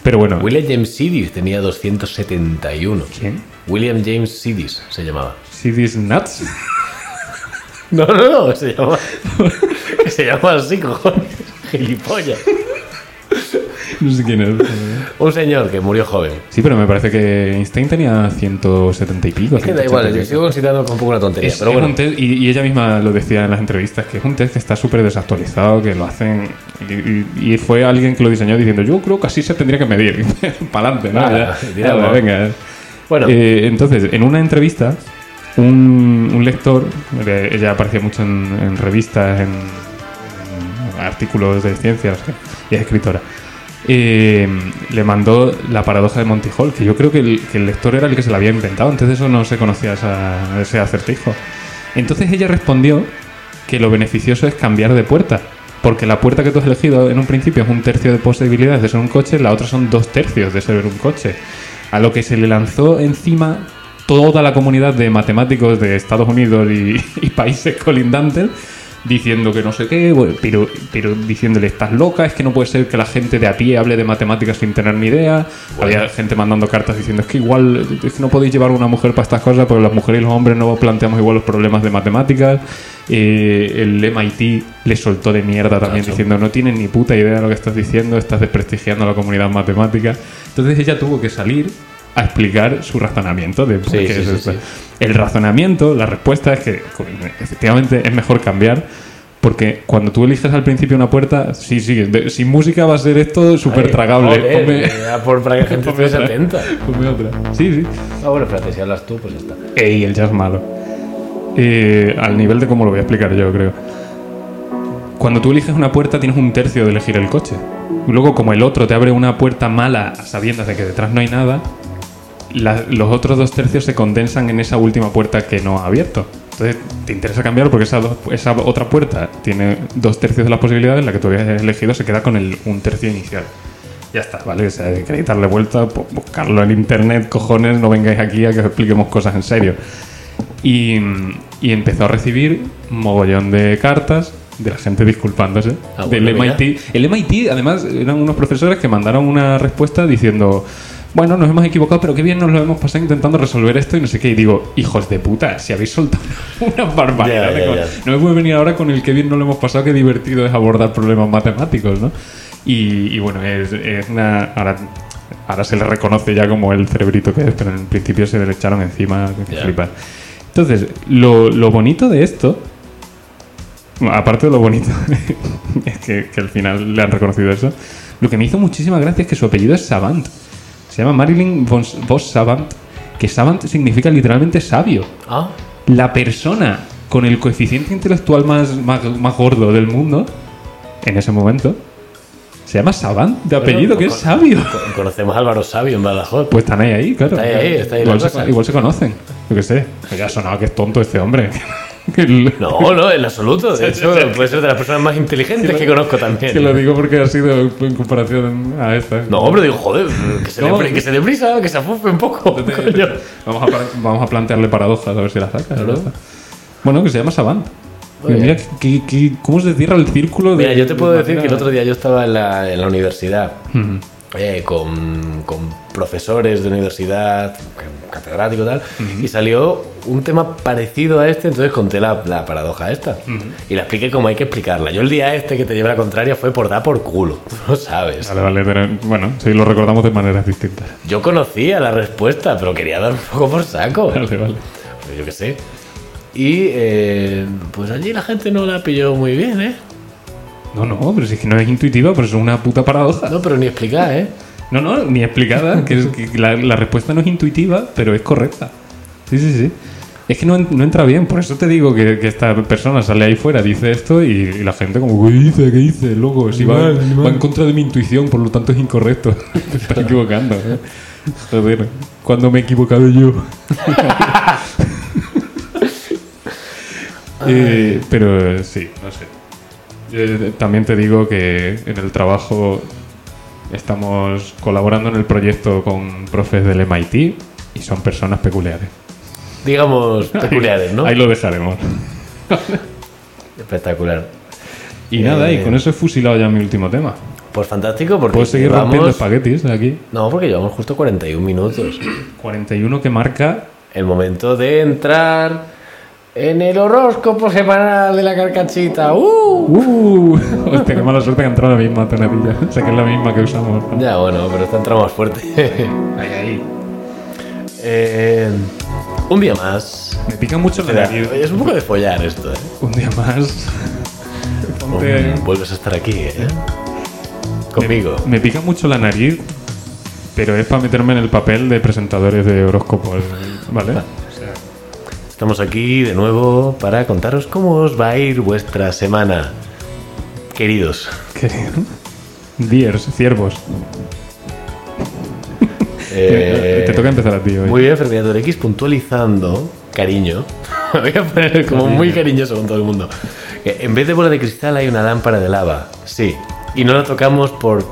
Pero bueno, William James Sidis tenía 271. ¿quién? William James Sidis se llamaba. ¿Sí, these nuts? No, no, no, se llama. se llama así, cojones. Gilipollas. No sé quién es. Un señor que murió joven. Sí, pero me parece que Einstein tenía 170 y pico. Es que da igual, 180 y yo pico. sigo considerando como un poco una tontería. Es- pero es bueno, un test- y, y ella misma lo decía en las entrevistas, que es un test que está súper desactualizado, que lo hacen... Y, y- y fue alguien que lo diseñó diciendo, yo creo que así se tendría que medir. Para adelante, ¿no? Ah, Ya, dirá, ala, ¿no? venga. bueno Eh, entonces, en una entrevista, un, un lector, eh, ella aparecía mucho en, en revistas, en, en artículos de ciencias, y es escritora, eh, le mandó la paradoja de Montijol, que yo creo que el, que el lector era el que se la había inventado, entonces eso no se conocía esa- ese acertijo. Entonces ella respondió que lo beneficioso es cambiar de puerta. Porque la puerta que tú has elegido en un principio es un tercio de posibilidades de ser un coche, la otra son dos tercios de ser un coche. A lo que se le lanzó encima toda la comunidad de matemáticos de Estados Unidos y, y países colindantes diciendo que no sé qué, bueno, pero, pero diciéndole estás loca, es que no puede ser que la gente de a pie hable de matemáticas sin tener ni idea. Había gente mandando cartas diciendo es que igual es que no podéis llevar a una mujer para estas cosas porque las mujeres y los hombres no planteamos igual los problemas de matemáticas. Eh, el MIT le soltó de mierda también Cacho. diciendo no tienen ni puta idea de lo que estás diciendo, estás desprestigiando a la comunidad matemática. Entonces ella tuvo que salir a explicar su razonamiento de por Sí, qué sí, es sí, esto. sí. El razonamiento, la respuesta es que co- efectivamente es mejor cambiar. Porque cuando tú eliges al principio una puerta, sí, sí, de- sin música va a ser esto súper tragable. Joder, Ponme- eh, a por para que la gente ponme esté otra. atenta. ponme otra. Sí, sí. Ah, bueno, espérate, si hablas tú, pues ya está. Ey, el jazz malo. Eh, al nivel de cómo lo voy a explicar yo, creo. Cuando tú eliges una puerta tienes un tercio de elegir el coche. Y Luego, como el otro te abre una puerta mala sabiendo de que detrás no hay nada, la- los otros dos tercios se condensan en esa última puerta que no ha abierto. Entonces, te interesa cambiar porque esa, dos- esa otra puerta tiene dos tercios de las posibilidades, la que tú habías elegido se queda con el un tercio inicial. Ya está, ¿vale? O sea, hay que darle vuelta, pu- buscarlo en internet, cojones, no vengáis aquí a que os expliquemos cosas en serio. Y, y empezó a recibir mogollón de cartas de la gente disculpándose Ah, bueno, del mira. MIT el MIT, además, eran unos profesores que mandaron una respuesta diciendo, bueno, nos hemos equivocado, pero qué bien nos lo hemos pasado intentando resolver esto y no sé qué. Y digo, hijos de puta, si habéis soltado una barbaridad. Ya, de ya, cosas". ya. No me puede venir ahora con el que bien nos lo hemos pasado, qué divertido es abordar problemas matemáticos, ¿no? Y, y bueno, es, es una... Ahora, ahora se le reconoce ya como el cerebrito que es, pero en principio se le echaron encima. que Ya. flipas. Entonces, lo, lo bonito de esto bueno, Aparte de lo bonito, es que, que al final le han reconocido eso. Lo que me hizo muchísima gracia es que su apellido es Savant. Se llama Marilyn von, von Savant, que Savant significa literalmente sabio. Ah, La persona con el coeficiente intelectual más, más, más gordo del mundo, en ese momento, se llama Savant, de apellido, que es sabio. co- conocemos a Álvaro Sabio en Badajoz. Pues están ahí, ahí, claro. Está ahí, ahí, está ahí igual, la se, cosa. igual se conocen, yo qué sé. Ya sonaba que es tonto este hombre. Que el- No, no, en absoluto. De hecho, puede ser de las personas más inteligentes que conozco también. Que lo digo porque ha sido en comparación a esta. No, pero digo, joder, que se, No. dé, que se dé prisa, que se afufe un poco. coño. Vamos a, par- vamos a plantearle paradojas a ver si la saca. Claro. Bueno, que se llama Savant. Muy mira, bien. que- que- cómo se cierra el círculo de. Mira, yo te puedo decir que el otro día. día yo estaba en la, en la universidad eh, con, con profesores de universidad, catedrático y tal, y salió un tema parecido a este, entonces conté la, la paradoja esta. Y la expliqué como hay que explicarla. Yo el día este que te llevé la contraria fue por dar por culo, tú lo sabes. Vale, vale, pero, bueno, sí, lo recordamos de maneras distintas. Yo conocía la respuesta, pero quería dar un poco por saco. Vale, vale. Pero yo qué sé. Y eh, pues allí la gente no la pilló muy bien, ¿eh? No, no, pero si es que no es intuitiva, pero es una puta paradoja. No, pero ni explicar, ¿eh? No, no, ni explicada, que, es, que la, la respuesta no es intuitiva, pero es correcta. Sí, sí, sí. Es que no, en- no entra bien, por eso te digo que, que esta persona sale ahí fuera, dice esto y, y la gente como, ¿qué dice? ¿Qué dice? Loco, si va, va en contra de mi intuición, por lo tanto es incorrecto. Te estás equivocando. ¿eh? Joder, cuando me he equivocado yo. Eh, pero sí, no sé. Eh, también te digo que en el trabajo estamos colaborando en el proyecto con profes del MIT y son personas peculiares. Digamos, peculiares, ¿no? Ahí lo dejaremos. Espectacular. Y nada, Eh, y con eso he fusilado ya mi último tema. Pues fantástico, porque Puedo seguir llevamos- rompiendo espaguetis aquí. No, porque llevamos justo 41 minutos. 41 que marca. El momento de entrar en el horóscopo semanal de la carcachita. ¡Uh! ¡Uh! Hostia, qué mala suerte que ha entrado la misma tonadilla. O sea, que es la misma que usamos. ¿no? Ya, bueno, pero esta entrada más fuerte. Eh, un día más. Me pica mucho la Espera, nariz. es un poco de follar esto, ¿eh? Un día más. Ponte- Mm, Vuelves a estar aquí, ¿eh? Conmigo. Me pica mucho la nariz, pero es para meterme en el papel de presentadores de horóscopos. ¿Vale? Estamos aquí de nuevo para contaros cómo os va a ir vuestra semana. Queridos. Querido. Deers, ciervos. Eh, Te toca empezar a ti hoy. Muy bien, Ferdinando X, puntualizando, cariño. Me voy a poner como muy cariñoso con todo el mundo. Que En vez de bola de cristal hay una lámpara de lava. Sí. Y no la tocamos por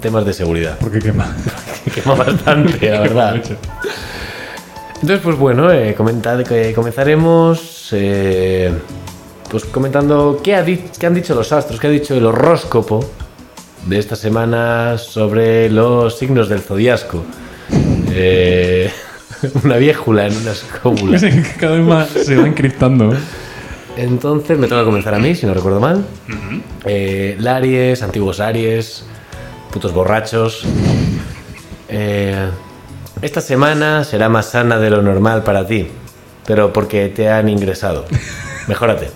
temas de seguridad. Porque quema. que Quema bastante, la verdad. Mucho. Entonces, pues bueno, eh, comentad, que comenzaremos eh, pues comentando qué, ha di- qué han dicho los astros, qué ha dicho el horóscopo de esta semana sobre los signos del zodiasco. Eh, una viejula en una escóbula. Es que cada vez más se va encriptando. Entonces me toca comenzar a mí, si no recuerdo mal. Eh, el Aries, antiguos Aries, putos borrachos. Eh, esta semana será más sana de lo normal para ti, pero porque te han ingresado. Mejórate.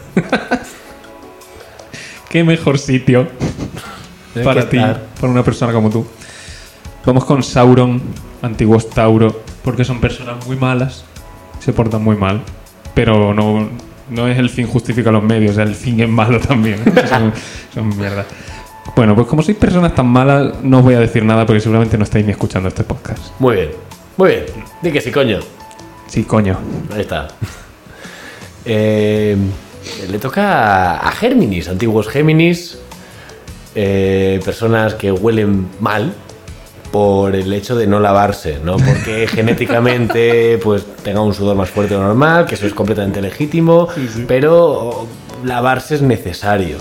Qué mejor sitio Hay para que ti, estar. para una persona como tú. Vamos con Sauron, antiguos Tauro, porque son personas muy malas, se portan muy mal, pero no, no es el fin justifica los medios, el fin es malo también. son, son mierda. Bueno, pues como sois personas tan malas, no os voy a decir nada porque seguramente no estáis ni escuchando este podcast. Muy bien, muy bien. Di que sí, coño. Sí, coño. Ahí está. Eh, le toca a, a Géminis, antiguos Géminis, eh, personas que huelen mal por el hecho de no lavarse, ¿no? Porque genéticamente pues tenga un sudor más fuerte de lo normal, que eso es completamente legítimo, pero oh, lavarse es necesario.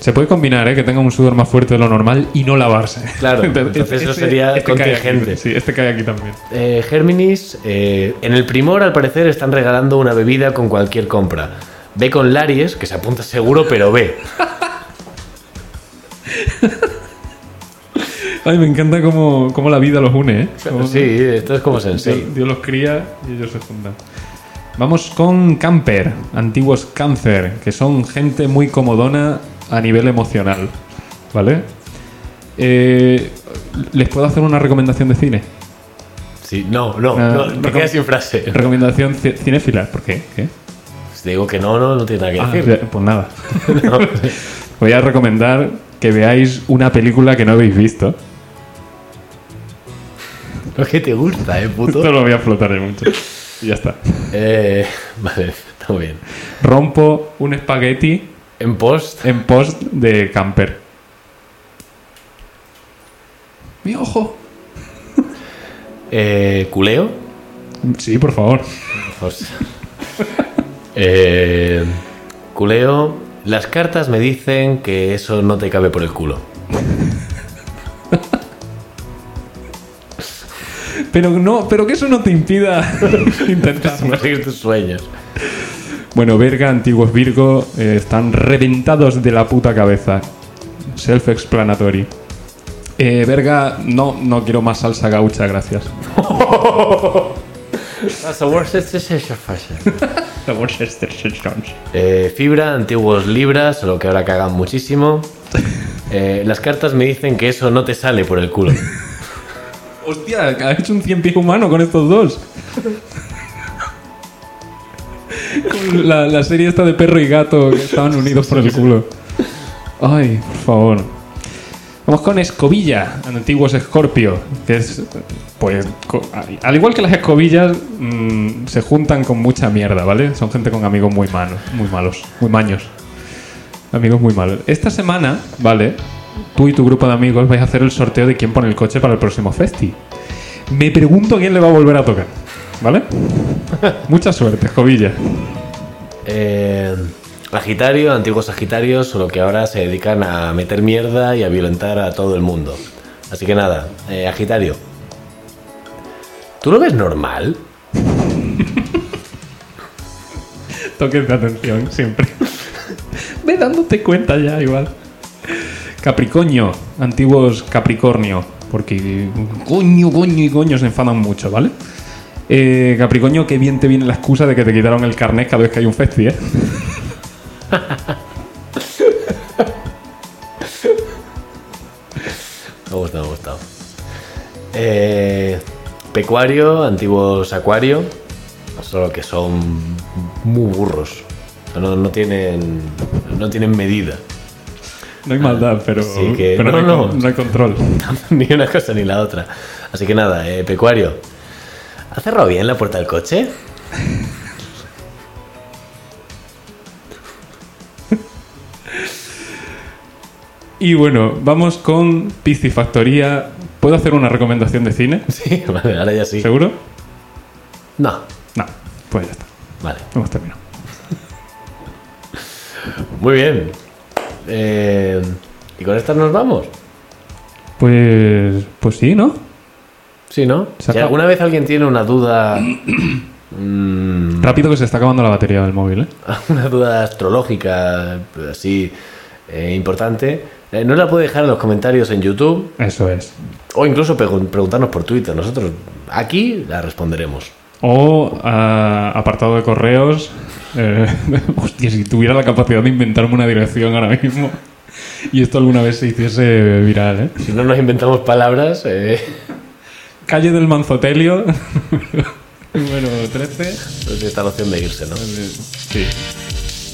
Se puede combinar, ¿eh? Que tenga un sudor más fuerte de lo normal y no lavarse. este Claro, entonces eso sería cae aquí. contingente. sí, este cae aquí también. Eh, Géminis, eh, en el primor al parecer están regalando una bebida con cualquier compra. Ve con Laries, que se apunta seguro, pero ve. Ay, me encanta cómo, cómo la vida los une, ¿eh? Cómo- Sí, esto es como sensei. Dios, Dios los cría y ellos se juntan. Vamos con Camper, antiguos Cáncer, que son gente muy comodona a nivel emocional. ¿Vale? Eh, ¿Les puedo hacer una recomendación de cine? Sí, no, no, Ah, no, te recom- quedas sin frase. Recomendación ci- cinéfila. ¿Por qué? ¿Qué? Si te digo que no, no, no tiene nada que Ah, decir. ya, pues nada. No. Voy a recomendar que veáis una película que no habéis visto. Lo que te gusta, eh, Esto puto. lo voy a flotar en mucho. Y ya está. Eh, vale, está muy bien. Rompo un espagueti En post, en post de camper. Mi ojo. eh, culeo. Sí, por favor. O sea, eh, culeo. Las cartas me dicen que eso no te cabe por el culo. Pero no, pero que eso no te impida intentarlo. Conseguir tus sueños. Bueno, verga, antiguos Virgo, eh, están reventados de la puta cabeza. Self-explanatory. Eh, verga, no, no quiero más salsa gaucha, gracias. That's the worst decision fashion. Las Eh, fibra, antiguos libras, lo que ahora cagan muchísimo. Eh, las cartas me dicen que eso no te sale por el culo. Hostia, ha hecho un cien pie humano con estos dos. La, la serie esta de perro y gato que estaban unidos por el culo. Ay, por favor. Vamos con Escobilla, antiguos Escorpio, que es, pues, co- al igual que las escobillas, mm, se juntan con mucha mierda, ¿vale? Son gente con amigos muy malos, muy malos, muy maños. Amigos muy malos. Esta semana, ¿vale? Tú y tu grupo de amigos vais a hacer el sorteo de quién pone el coche para el próximo festi. Me pregunto quién le va a volver a tocar, ¿vale? Mucha suerte, Escobilla. Eh, Sagitario, antiguos Sagitarios, lo que ahora se dedican a meter mierda y a violentar a todo el mundo. Así que nada, eh, Agitario. ¿Tú lo ves normal? Toques de atención siempre. Ve dándote cuenta ya, igual. Capricornio, antiguos Capricornio, porque coño, coño y coño se enfadan mucho, ¿vale? Eh, Capricornio, qué bien te viene la excusa de que te quitaron el carnet cada vez que hay un festi, ¿eh? Me ha gustado, me ha gustado. Eh, pecuario, antiguos Acuario, solo que son muy burros. No, no tienen, no tienen medida. No hay maldad, pero, Sí que- pero no, hay, no, con- no. no hay control. ni una cosa ni la otra. Así que nada, eh, Pecuario. ¿Ha cerrado bien la puerta del coche? Y bueno, vamos con Piscifactoría. ¿Puedo hacer una recomendación de cine? Sí, vale, ahora ya sí. ¿Seguro? No, No, pues ya está. vale. Hemos terminado. Muy bien. Eh, ¿Y con estas nos vamos? Pues, pues sí, ¿no? Sí, ¿no? Se Si acaba- alguna vez alguien tiene una duda... mm, Rápido que se está acabando la batería del móvil, ¿eh? una duda astrológica así eh, importante, eh, no la puede dejar en los comentarios en YouTube Eso es. o incluso pregun- preguntarnos por Twitter. Nosotros aquí la responderemos. O ah, apartado de correos. eh, hostia, si tuviera la capacidad de inventarme una dirección ahora mismo y esto alguna vez se hiciese viral, ¿eh? Si no nos inventamos palabras... eh, Calle del Manzotelio, número 13. Pues está la opción de irse, ¿no? Sí.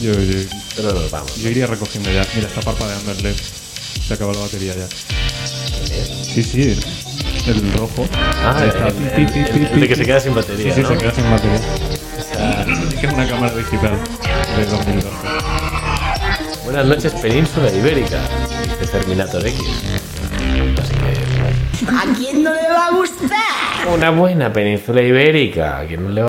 Yo, yo- Pero nos vamos. yo iría recogiendo ya. Mira, está parpadeando el LED. Se acaba la batería ya. Sí, sí. El rojo. Ah, Ya el, está. el- Pi, pi, el- pi, el pi, de que pi. se queda sin batería, Sí, sí, ¿no? se queda sin batería. Sí que es una cámara digital de 2012. Buenas noches, Península Ibérica. Dice Terminator X. Así que... ¿A quién no le va a gustar? Una buena Península Ibérica. ¿A quién no le va